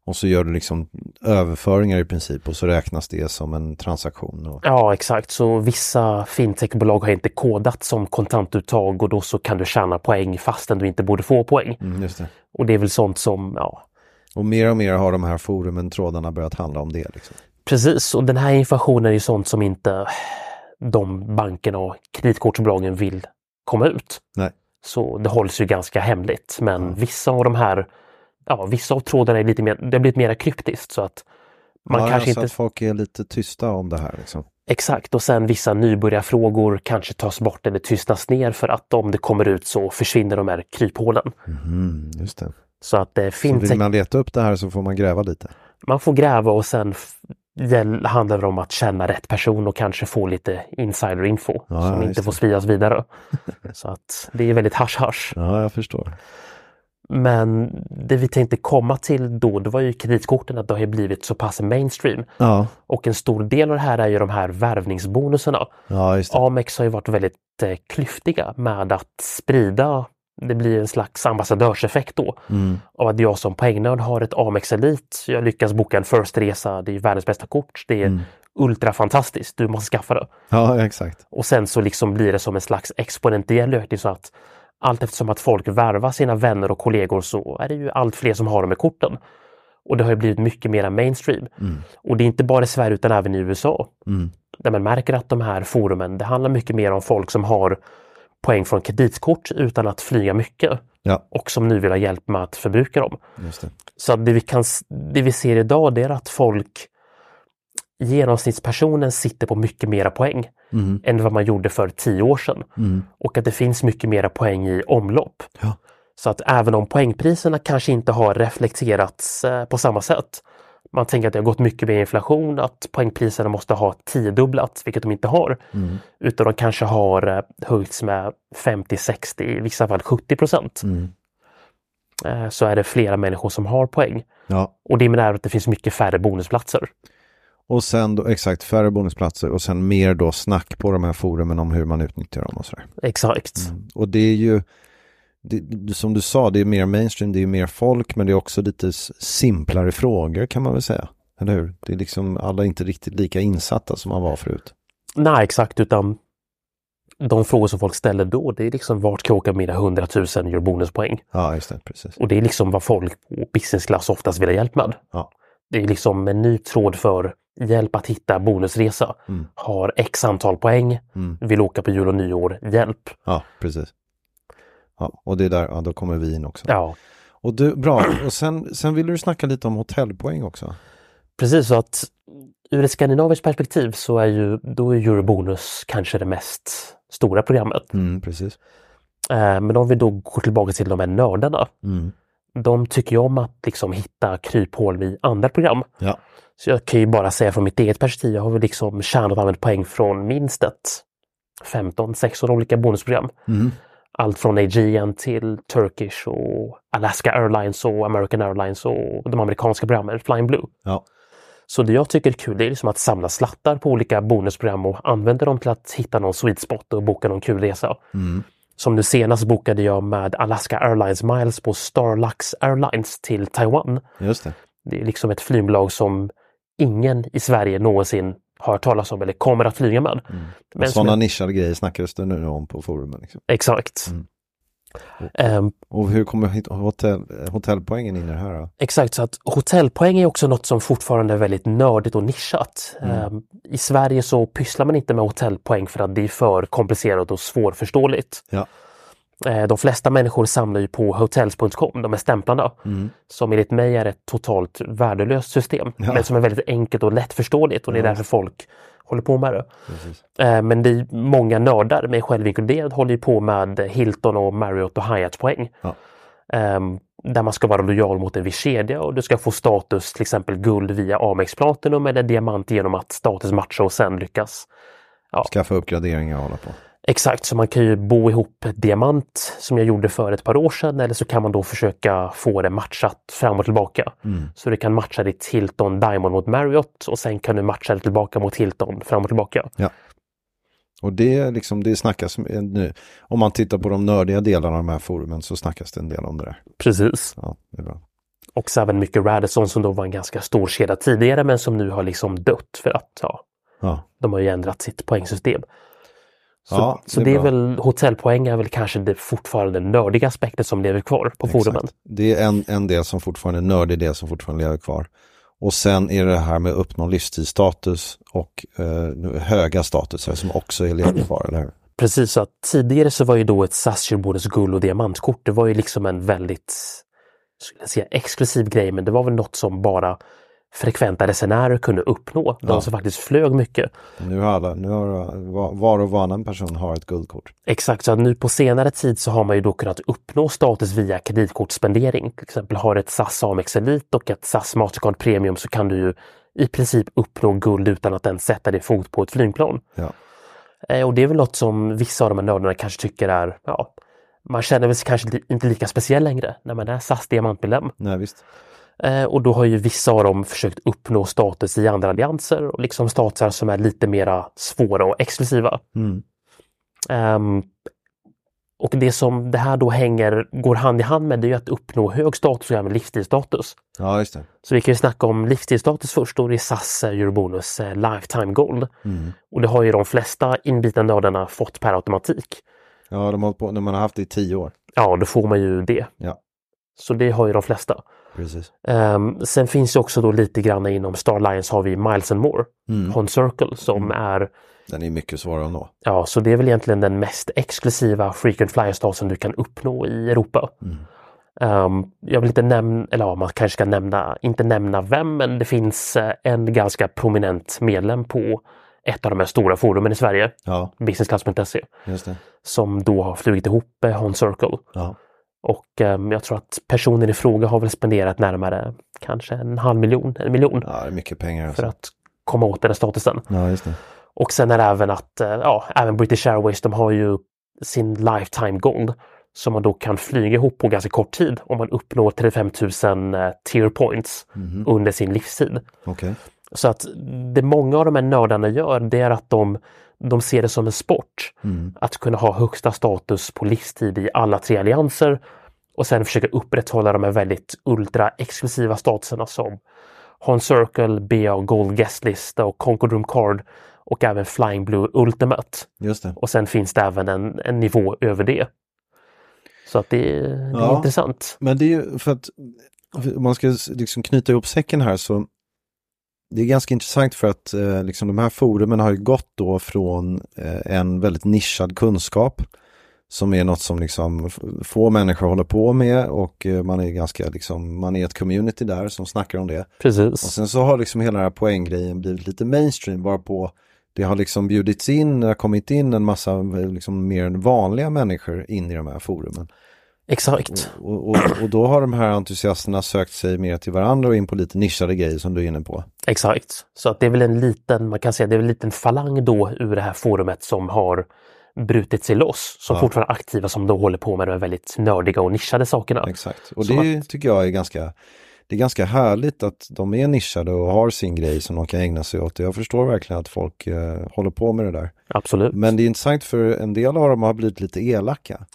Speaker 1: Och så gör du liksom överföringar i princip och så räknas det som en transaktion. Och,
Speaker 2: Ja, exakt. Så vissa fintechbolag har inte kodat som kontantuttag och då så kan du tjäna poäng fastän du inte borde få poäng.
Speaker 1: mm, just det.
Speaker 2: Och det är väl sånt som, ja,
Speaker 1: och mer och mer har de här forumen, trådarna börjat handla om det. Liksom.
Speaker 2: precis. Och den här informationen är ju sånt som inte de bankerna och kreditkortsbolagen vill komma ut.
Speaker 1: Nej.
Speaker 2: Så det hålls ju ganska hemligt. Men
Speaker 1: Mm.
Speaker 2: vissa av de här, ja, vissa av trådarna är lite mer, det har blivit mer kryptiskt så att man
Speaker 1: ja,
Speaker 2: kanske
Speaker 1: alltså att
Speaker 2: inte...
Speaker 1: folk är lite tysta om det här. Liksom.
Speaker 2: Exakt, och sen vissa nybörjarfrågor kanske tas bort eller tystas ner för att om det kommer ut så försvinner de här kryphålen.
Speaker 1: Mm, just det.
Speaker 2: Så att eh,
Speaker 1: Så
Speaker 2: fintech,
Speaker 1: vill
Speaker 2: man...
Speaker 1: man leta upp det här så får man gräva lite.
Speaker 2: får gräva och sen f- det handlar det om att känna rätt person och kanske få lite insiderinfo
Speaker 1: Ja,
Speaker 2: som
Speaker 1: ja,
Speaker 2: inte
Speaker 1: just
Speaker 2: får
Speaker 1: det.
Speaker 2: spridas vidare. så att det är väldigt hasch-hasch.
Speaker 1: Ja, jag förstår.
Speaker 2: Men det vi tänkte komma till då, det var ju kreditkorten, att det har ju blivit så pass mainstream.
Speaker 1: Ja,
Speaker 2: Och en stor del av det här är ju de här värvningsbonuserna.
Speaker 1: ja just det.
Speaker 2: Amex har ju varit väldigt eh, klyftiga med att sprida, det blir en slags ambassadörseffekt då.
Speaker 1: Mm.
Speaker 2: Av att jag som poängnörd har ett Amex Elite, jag lyckas boka en First-resa, det är ju världens bästa kort, det är
Speaker 1: Mm.
Speaker 2: ultrafantastiskt, du måste skaffa det.
Speaker 1: Ja, exakt.
Speaker 2: Och sen så liksom blir det som en slags exponentiell ökning så att allt eftersom att folk värvar sina vänner och kollegor så är det ju allt fler som har de här korten. Och det har ju blivit mycket mer mainstream. Och det är inte bara i Sverige utan även i USA. Där man märker att de här forumen, det handlar mycket mer om folk som har poäng från kreditkort utan att flyga mycket
Speaker 1: Ja,
Speaker 2: och som nu vill ha hjälp med att förbruka dem.
Speaker 1: just det.
Speaker 2: Så att det vi, kan, det vi ser idag det är att folk genomsnittspersonen sitter på mycket mera poäng
Speaker 1: Mm-hmm.
Speaker 2: än vad man gjorde för tio år sedan. Och att det finns mycket mera poäng i omlopp.
Speaker 1: Ja.
Speaker 2: Så att även om poängpriserna kanske inte har reflekterats eh, på samma sätt. Man tänker att det har gått mycket mer inflation, att poängpriserna måste ha tiodubblats, vilket de inte har.
Speaker 1: Mm-hmm.
Speaker 2: Utan de kanske har eh, höjts med 50, 60, i vissa fall 70 procent. eh, Så är det flera människor som har poäng.
Speaker 1: Ja.
Speaker 2: Och det innebär att det finns mycket färre bonusplatser.
Speaker 1: Och sen då, exakt, färre bonusplatser och sen mer då snack på de här forumen om hur man utnyttjar dem och sådär.
Speaker 2: Exakt.
Speaker 1: Och det är ju, det, som du sa, det är mer mainstream, det är mer folk, men det är också lite s- simplare frågor kan man väl säga. Eller hur? Det är liksom, alla är inte riktigt lika insatta som man var förut.
Speaker 2: Nej, exakt, utan de frågor som folk ställer då, det är liksom vart ska jag åka med mina 100 000 euro bonuspoäng?
Speaker 1: Ja, just det, precis.
Speaker 2: Och det är liksom vad folk på business class oftast vill ha hjälp med.
Speaker 1: Ja.
Speaker 2: Det är liksom en ny tråd för hjälp att hitta bonusresa. Har x antal poäng, vill åka på jul och nyår, hjälp.
Speaker 1: Ja, precis. Ja, och det är där, ja, då kommer vi in också.
Speaker 2: Ja,
Speaker 1: Och du, bra, och sen, sen ville du snacka lite om hotellpoäng också.
Speaker 2: precis så att ur ett skandinaviskt perspektiv så är ju då är Eurobonus kanske det mest stora programmet.
Speaker 1: Mm, precis.
Speaker 2: Eh, Men om vi då går tillbaka till de här nördarna.
Speaker 1: Mm.
Speaker 2: De tycker ju om att liksom hitta kryphål i andra program.
Speaker 1: Ja.
Speaker 2: Så jag kan ju bara säga från mitt eget perspektiv, jag har väl liksom tjänat och använt poäng från minst ett 15-16 olika bonusprogram.
Speaker 1: Mm.
Speaker 2: Allt från AGN till Turkish och Alaska Airlines och American Airlines och de amerikanska programmen Flying Blue.
Speaker 1: Ja.
Speaker 2: Så det jag tycker är kul det är liksom att samla slattar på olika bonusprogram och använda dem till att hitta någon sweet spot och boka någon kul resa. Som nu senast bokade jag med Alaska Airlines Miles på Starlux Airlines till Taiwan.
Speaker 1: Just det.
Speaker 2: Det är liksom ett flygbolag som ingen i Sverige någonsin har hört talas om eller kommer att flyga med.
Speaker 1: Men
Speaker 2: Men som
Speaker 1: sådana
Speaker 2: är-
Speaker 1: nischade grejer snackades det nu om på forumen. Liksom.
Speaker 2: Exakt. Ehm,
Speaker 1: Och hur kommer hit- hotell, hotellpoängen in i det här då?
Speaker 2: Exakt, så att hotellpoäng är också något som fortfarande är väldigt nördigt och nischat. Ehm, I Sverige så pysslar man inte med hotellpoäng för att det är för komplicerat och svårförståeligt.
Speaker 1: Ja.
Speaker 2: Eh, De flesta människor samlar ju på hotels.com, de är stämplarna,
Speaker 1: Mm.
Speaker 2: som enligt mig är ett totalt värdelöst system,
Speaker 1: Ja.
Speaker 2: men som är väldigt enkelt och lättförståeligt och det är därför folk håller på med det.
Speaker 1: Precis.
Speaker 2: Eh, Men det är många nördar, mig själv inkluderad, håller ju på med Hilton och Marriott och Hyatt-poäng.
Speaker 1: Ja.
Speaker 2: Ehm, där man ska vara lojal mot en viss kedja och du ska få status, till exempel guld via Amex Platinum eller diamant genom att status matcha och sen lyckas.
Speaker 1: Skaffa uppgraderingar och hålla på.
Speaker 2: Exakt, så man kan ju bo ihop ett diamant som jag gjorde för ett par år sedan eller så kan man då försöka få det matchat fram och tillbaka.
Speaker 1: Mm.
Speaker 2: Så du kan matcha ditt Hilton Diamond mot Marriott och sen kan du matcha det tillbaka mot Hilton fram och tillbaka.
Speaker 1: Och det, är liksom, det snackas eh, nu. Om man tittar på de nördiga delarna av de här forumen så snackas det en del om det där.
Speaker 2: Precis.
Speaker 1: Ja, det är bra.
Speaker 2: Också även mycket Radisson som då var en ganska stor kedja tidigare men som nu har liksom dött för att ja,
Speaker 1: Ja.
Speaker 2: de har ju ändrat sitt poängsystem. Så,
Speaker 1: Ja,
Speaker 2: så
Speaker 1: det är
Speaker 2: det är
Speaker 1: bra.
Speaker 2: väl hotellpoäng är väl kanske det fortfarande nördiga aspekten som lever kvar på forumen.
Speaker 1: Exakt. Det är en, en del som fortfarande är nördig, del som fortfarande lever kvar. Och sen är det här med uppnå livstidsstatus och eh, höga statusar som också är lever kvar, eller hur?
Speaker 2: Precis, så att tidigare så var ju då ett SAS-körbordes guld och diamantkort, det var ju liksom en väldigt skulle jag säga, exklusiv grej, men det var väl något som bara frekventa resenärer kunde uppnå. De som faktiskt flög mycket.
Speaker 1: Nu har alla, nu har va- var och varannan person har ett guldkort.
Speaker 2: Exakt, så att nu på senare tid så har man ju då kunnat uppnå status via kreditkortsspendering. Till exempel har ett SAS Amex Elite och ett SAS Mastercard Premium så kan du ju i princip uppnå guld utan att ens sätta din fot på ett flygplan.
Speaker 1: Ja.
Speaker 2: Eh, Och det är väl något som vissa av de här nördarna kanske tycker är, ja, man känner väl sig kanske li- inte lika speciell längre när man är SAS diamantmedlem.
Speaker 1: Nej, visst.
Speaker 2: Eh, Och då har ju vissa av dem försökt uppnå status i andra allianser och liksom statusar som är lite mera svåra och exklusiva.
Speaker 1: Mm.
Speaker 2: Ehm, och det som det här då hänger, går hand i hand med det är ju att uppnå hög status och även livstidsstatus.
Speaker 1: Ja, just det.
Speaker 2: Så vi kan ju snacka om livstidsstatus först och det är SAS eh, Eurobonus eh, Lifetime Gold.
Speaker 1: Mm.
Speaker 2: Och det har ju de flesta inbitna nördarna fått per automatik.
Speaker 1: Ja, de har hållit på, när man har haft det i tio år.
Speaker 2: Ja, då får man ju det.
Speaker 1: Ja,
Speaker 2: Så det har ju de flesta.
Speaker 1: precis.
Speaker 2: Ehm, sen finns ju också då lite grann inom Star Alliance har vi Miles and More,
Speaker 1: Mm.
Speaker 2: Hon Circle, som är,
Speaker 1: Den är mycket svårare att nå.
Speaker 2: ja, så det är väl egentligen den mest exklusiva frequent flyer statusen du kan uppnå i Europa. Ehm, jag vill inte nämna, eller ja, man kanske ska nämna, inte nämna vem, men det finns eh, en ganska prominent medlem på ett av de här stora forumen i Sverige,
Speaker 1: Ja,
Speaker 2: businessclass.se,
Speaker 1: just det.
Speaker 2: som då har flugit ihop eh, Hon Circle.
Speaker 1: Ja.
Speaker 2: Och ehm, jag tror att personen i fråga har väl spenderat närmare kanske en halv miljon, en miljon
Speaker 1: ja, det är mycket pengar.
Speaker 2: för
Speaker 1: Alltså.
Speaker 2: att komma åt den här statusen.
Speaker 1: Ja, just det.
Speaker 2: Och sen är det även att eh, ja, även British Airways, de har ju sin lifetime gold som man då kan flyga ihop på ganska kort tid om man uppnår 35 000 eh, tier points under sin livstid.
Speaker 1: Okej.
Speaker 2: Så att det många av de här nördarna gör det är att de, de ser det som en sport
Speaker 1: Mm.
Speaker 2: att kunna ha högsta status på livstid i alla tre allianser och sen försöka upprätthålla de här väldigt ultra-exklusiva statuserna som Hon Circle, BA Gold Guest Lista och Concord Room Card och även Flying Blue Ultimate.
Speaker 1: Just det.
Speaker 2: Och sen finns det även en, en nivå över det. Så att det, är- det är
Speaker 1: Ja.
Speaker 2: intressant.
Speaker 1: Men det är ju för att om man ska s- liksom knyta ihop säcken här så det är ganska intressant för att eh, liksom de här forumen har ju gått då från eh, en väldigt nischad kunskap som är något som liksom f- få människor håller på med och eh, man är ganska liksom, man är ett community där som snackar om det. Och
Speaker 2: Precis.
Speaker 1: sen så har liksom hela den här poänggrejen blivit lite mainstream, varpå det har liksom bjudits in, det har kommit in en massa eh, liksom mer än vanliga människor in i de här forumen.
Speaker 2: Exakt.
Speaker 1: Och, och, och då har de här entusiasterna sökt sig mer till varandra och in på lite nischade grejer som du är inne på.
Speaker 2: Exakt. Så att det är väl en liten, man kan säga det är väl en liten falang då ur det här forumet som har brutit sig loss. Som fortfarande är aktiva som då håller på med de här väldigt nördiga och nischade sakerna.
Speaker 1: Exakt. Och
Speaker 2: Som
Speaker 1: det tycker jag är ganska, det är ganska härligt att de är nischade och har sin grej som de kan ägna sig åt. Jag förstår verkligen att folk eh, håller på med det där.
Speaker 2: Absolut.
Speaker 1: Men det är intressant för en del av dem har blivit lite elaka.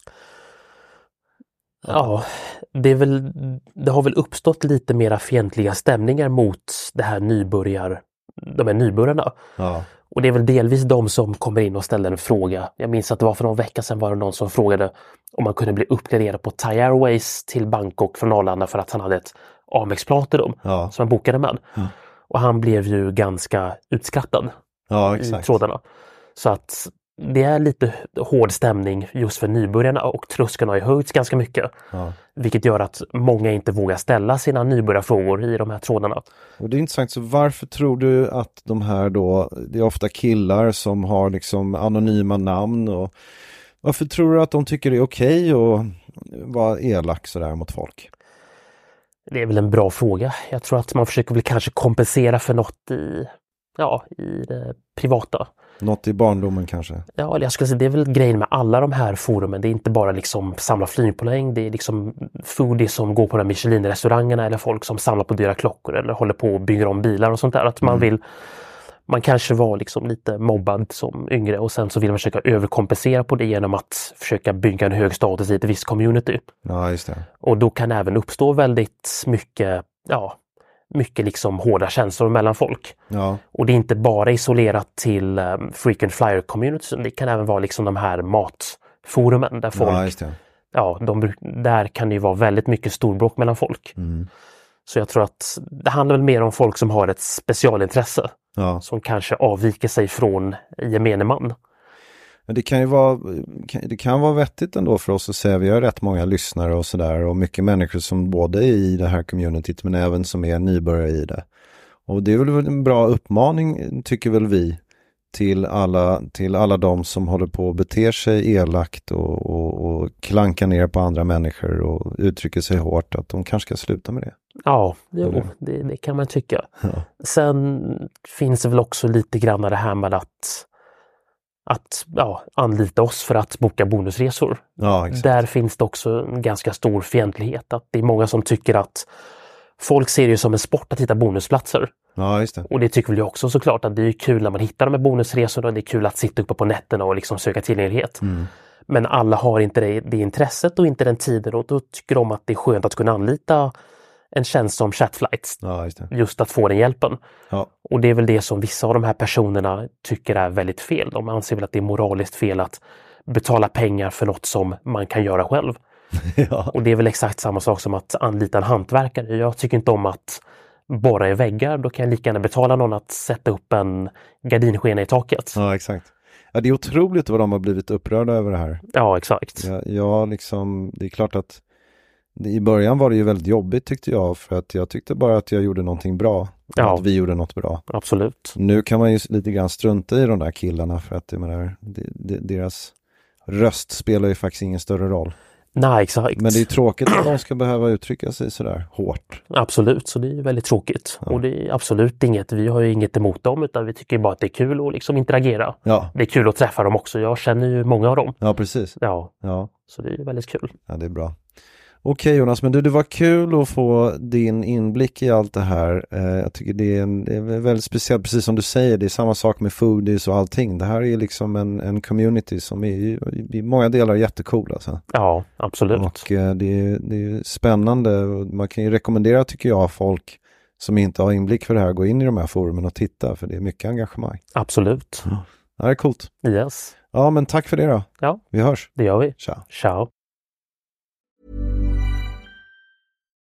Speaker 2: Ja, det, är väl, det har väl uppstått lite mera fientliga stämningar mot det här nybörjar, de här nybörjarna.
Speaker 1: Ja,
Speaker 2: Och det är väl delvis de som kommer in och ställer en fråga. Jag minns att det var för någon vecka sedan var det någon som frågade om man kunde bli uppgraderad på Thai Airways till Bangkok från Arlanda för att han hade ett Amex-plan till dem
Speaker 1: Ja.
Speaker 2: som han bokade med. Och han blev ju ganska utskrattad
Speaker 1: ja
Speaker 2: i
Speaker 1: exakt.
Speaker 2: trådarna. Så att det är lite hård stämning just för nybörjarna och tröskeln har ju höjts ganska mycket.
Speaker 1: Ja.
Speaker 2: Vilket gör att många inte vågar ställa sina nybörjarfrågor i de här trådarna.
Speaker 1: Och det är intressant, så varför tror du att de här då, det är ofta killar som har liksom anonyma namn och varför tror du att de tycker det är okej att vara elak sådär mot folk?
Speaker 2: Det är väl en bra fråga. Jag tror att man försöker väl kanske kompensera för något i, ja, i det privata.
Speaker 1: Något i barndomen kanske?
Speaker 2: Ja, eller jag skulle säga det är väl grejen med alla de här forumen. Det är inte bara liksom samla flygpoäng. Det är liksom foodies som går på de här Michelin-restaurangerna eller folk som samlar på dyra klockor eller håller på och bygger om bilar och sånt där. Att man vill man kanske var liksom lite mobbad som yngre och sen så vill man försöka överkompensera på det genom att försöka bygga en hög status i ett visst community.
Speaker 1: Ja, just det.
Speaker 2: Och då kan även uppstå väldigt mycket, ja, mycket liksom hårda känslor mellan folk.
Speaker 1: Ja,
Speaker 2: Och det är inte bara isolerat till um, frequent flyer communityn. Det kan även vara liksom de här matforumen där folk,
Speaker 1: ja
Speaker 2: ja,
Speaker 1: just det.
Speaker 2: de, bruk- där kan det ju vara väldigt mycket storbråk mellan folk.
Speaker 1: Mm.
Speaker 2: Så jag tror att det handlar väl mer om folk som har ett specialintresse
Speaker 1: Ja.
Speaker 2: som kanske avviker sig från gemene man.
Speaker 1: Men det kan ju vara, det kan vara vettigt ändå för oss att säga, vi har rätt många lyssnare och sådär och mycket människor som både är i det här communityt men även som är nybörjare i det. Och det är väl en bra uppmaning, tycker väl vi, till alla, till alla de som håller på och beter sig elakt och, och, och klankar ner på andra människor och uttrycker sig hårt, att de kanske ska sluta med det.
Speaker 2: Ja, jo,
Speaker 1: Eller?
Speaker 2: det, det kan man tycka. Sen finns det väl också lite grann det här med att, att ja, anlita oss för att boka bonusresor.
Speaker 1: Ja, exakt.
Speaker 2: Där finns det också en ganska stor fientlighet. Att det är många som tycker att folk ser det ju som en sport att hitta bonusplatser.
Speaker 1: Ja, just det.
Speaker 2: Och det tycker väl jag också såklart att det är kul när man hittar de här bonusresorna. Det är kul att sitta uppe på nätterna och liksom söka tillgänglighet. Men alla har inte det, det intresset och inte den tiden och då tycker de att det är skönt att kunna anlita en tjänst som chatflights.
Speaker 1: Ja, just det.
Speaker 2: Just att få den hjälpen.
Speaker 1: Ja,
Speaker 2: Och det är väl det som vissa av de här personerna tycker är väldigt fel. De anser väl att det är moraliskt fel att betala pengar för något som man kan göra själv.
Speaker 1: ja.
Speaker 2: Och det är väl exakt samma sak som att anlita en hantverkare. Jag tycker inte om att borra i väggar. Då kan jag lika gärna betala någon att sätta upp en gardinskena i taket. Ja,
Speaker 1: ja exakt. Ja, det är otroligt vad de har blivit upprörda över det här.
Speaker 2: exakt.
Speaker 1: Ja, jag liksom, det är klart att det- i början var det ju väldigt jobbigt tyckte jag för att jag tyckte bara att jag gjorde någonting bra.
Speaker 2: Ja.
Speaker 1: Att vi gjorde något bra.
Speaker 2: Absolut.
Speaker 1: Nu kan man ju s- lite grann strunta i de där killarna för att jag menar, de, de, deras röst spelar ju faktiskt ingen större roll.
Speaker 2: Nej, exakt.
Speaker 1: Men det är ju tråkigt att de ska behöva uttrycka sig sådär hårt.
Speaker 2: Absolut, så det är ju väldigt tråkigt. Och det är absolut inget, vi har ju inget emot dem utan vi tycker bara att det är kul att liksom interagera.
Speaker 1: Ja,
Speaker 2: Det är kul att träffa dem också. Jag känner ju många av dem.
Speaker 1: ja precis.
Speaker 2: Ja,
Speaker 1: Ja,
Speaker 2: så det är ju väldigt kul.
Speaker 1: ja det är bra. Okej Jonas, men du, det var kul att få din inblick i allt det här. Eh, jag tycker det är, en, det är väldigt speciellt, precis som du säger, det är samma sak med foodies och allting. Det här är liksom en, en community som är ju, i många delar jättecool alltså.
Speaker 2: Ja, absolut.
Speaker 1: Och eh, det är, det är spännande. och Man kan ju rekommendera, tycker jag, folk som inte har inblick för det här, gå in i de här forumen och titta, för det är mycket engagemang.
Speaker 2: Absolut.
Speaker 1: Det här är coolt.
Speaker 2: Yes,
Speaker 1: Ja, men tack för det då.
Speaker 2: Ja.
Speaker 1: Vi hörs.
Speaker 2: det gör vi.
Speaker 1: Tja.
Speaker 2: Ciao.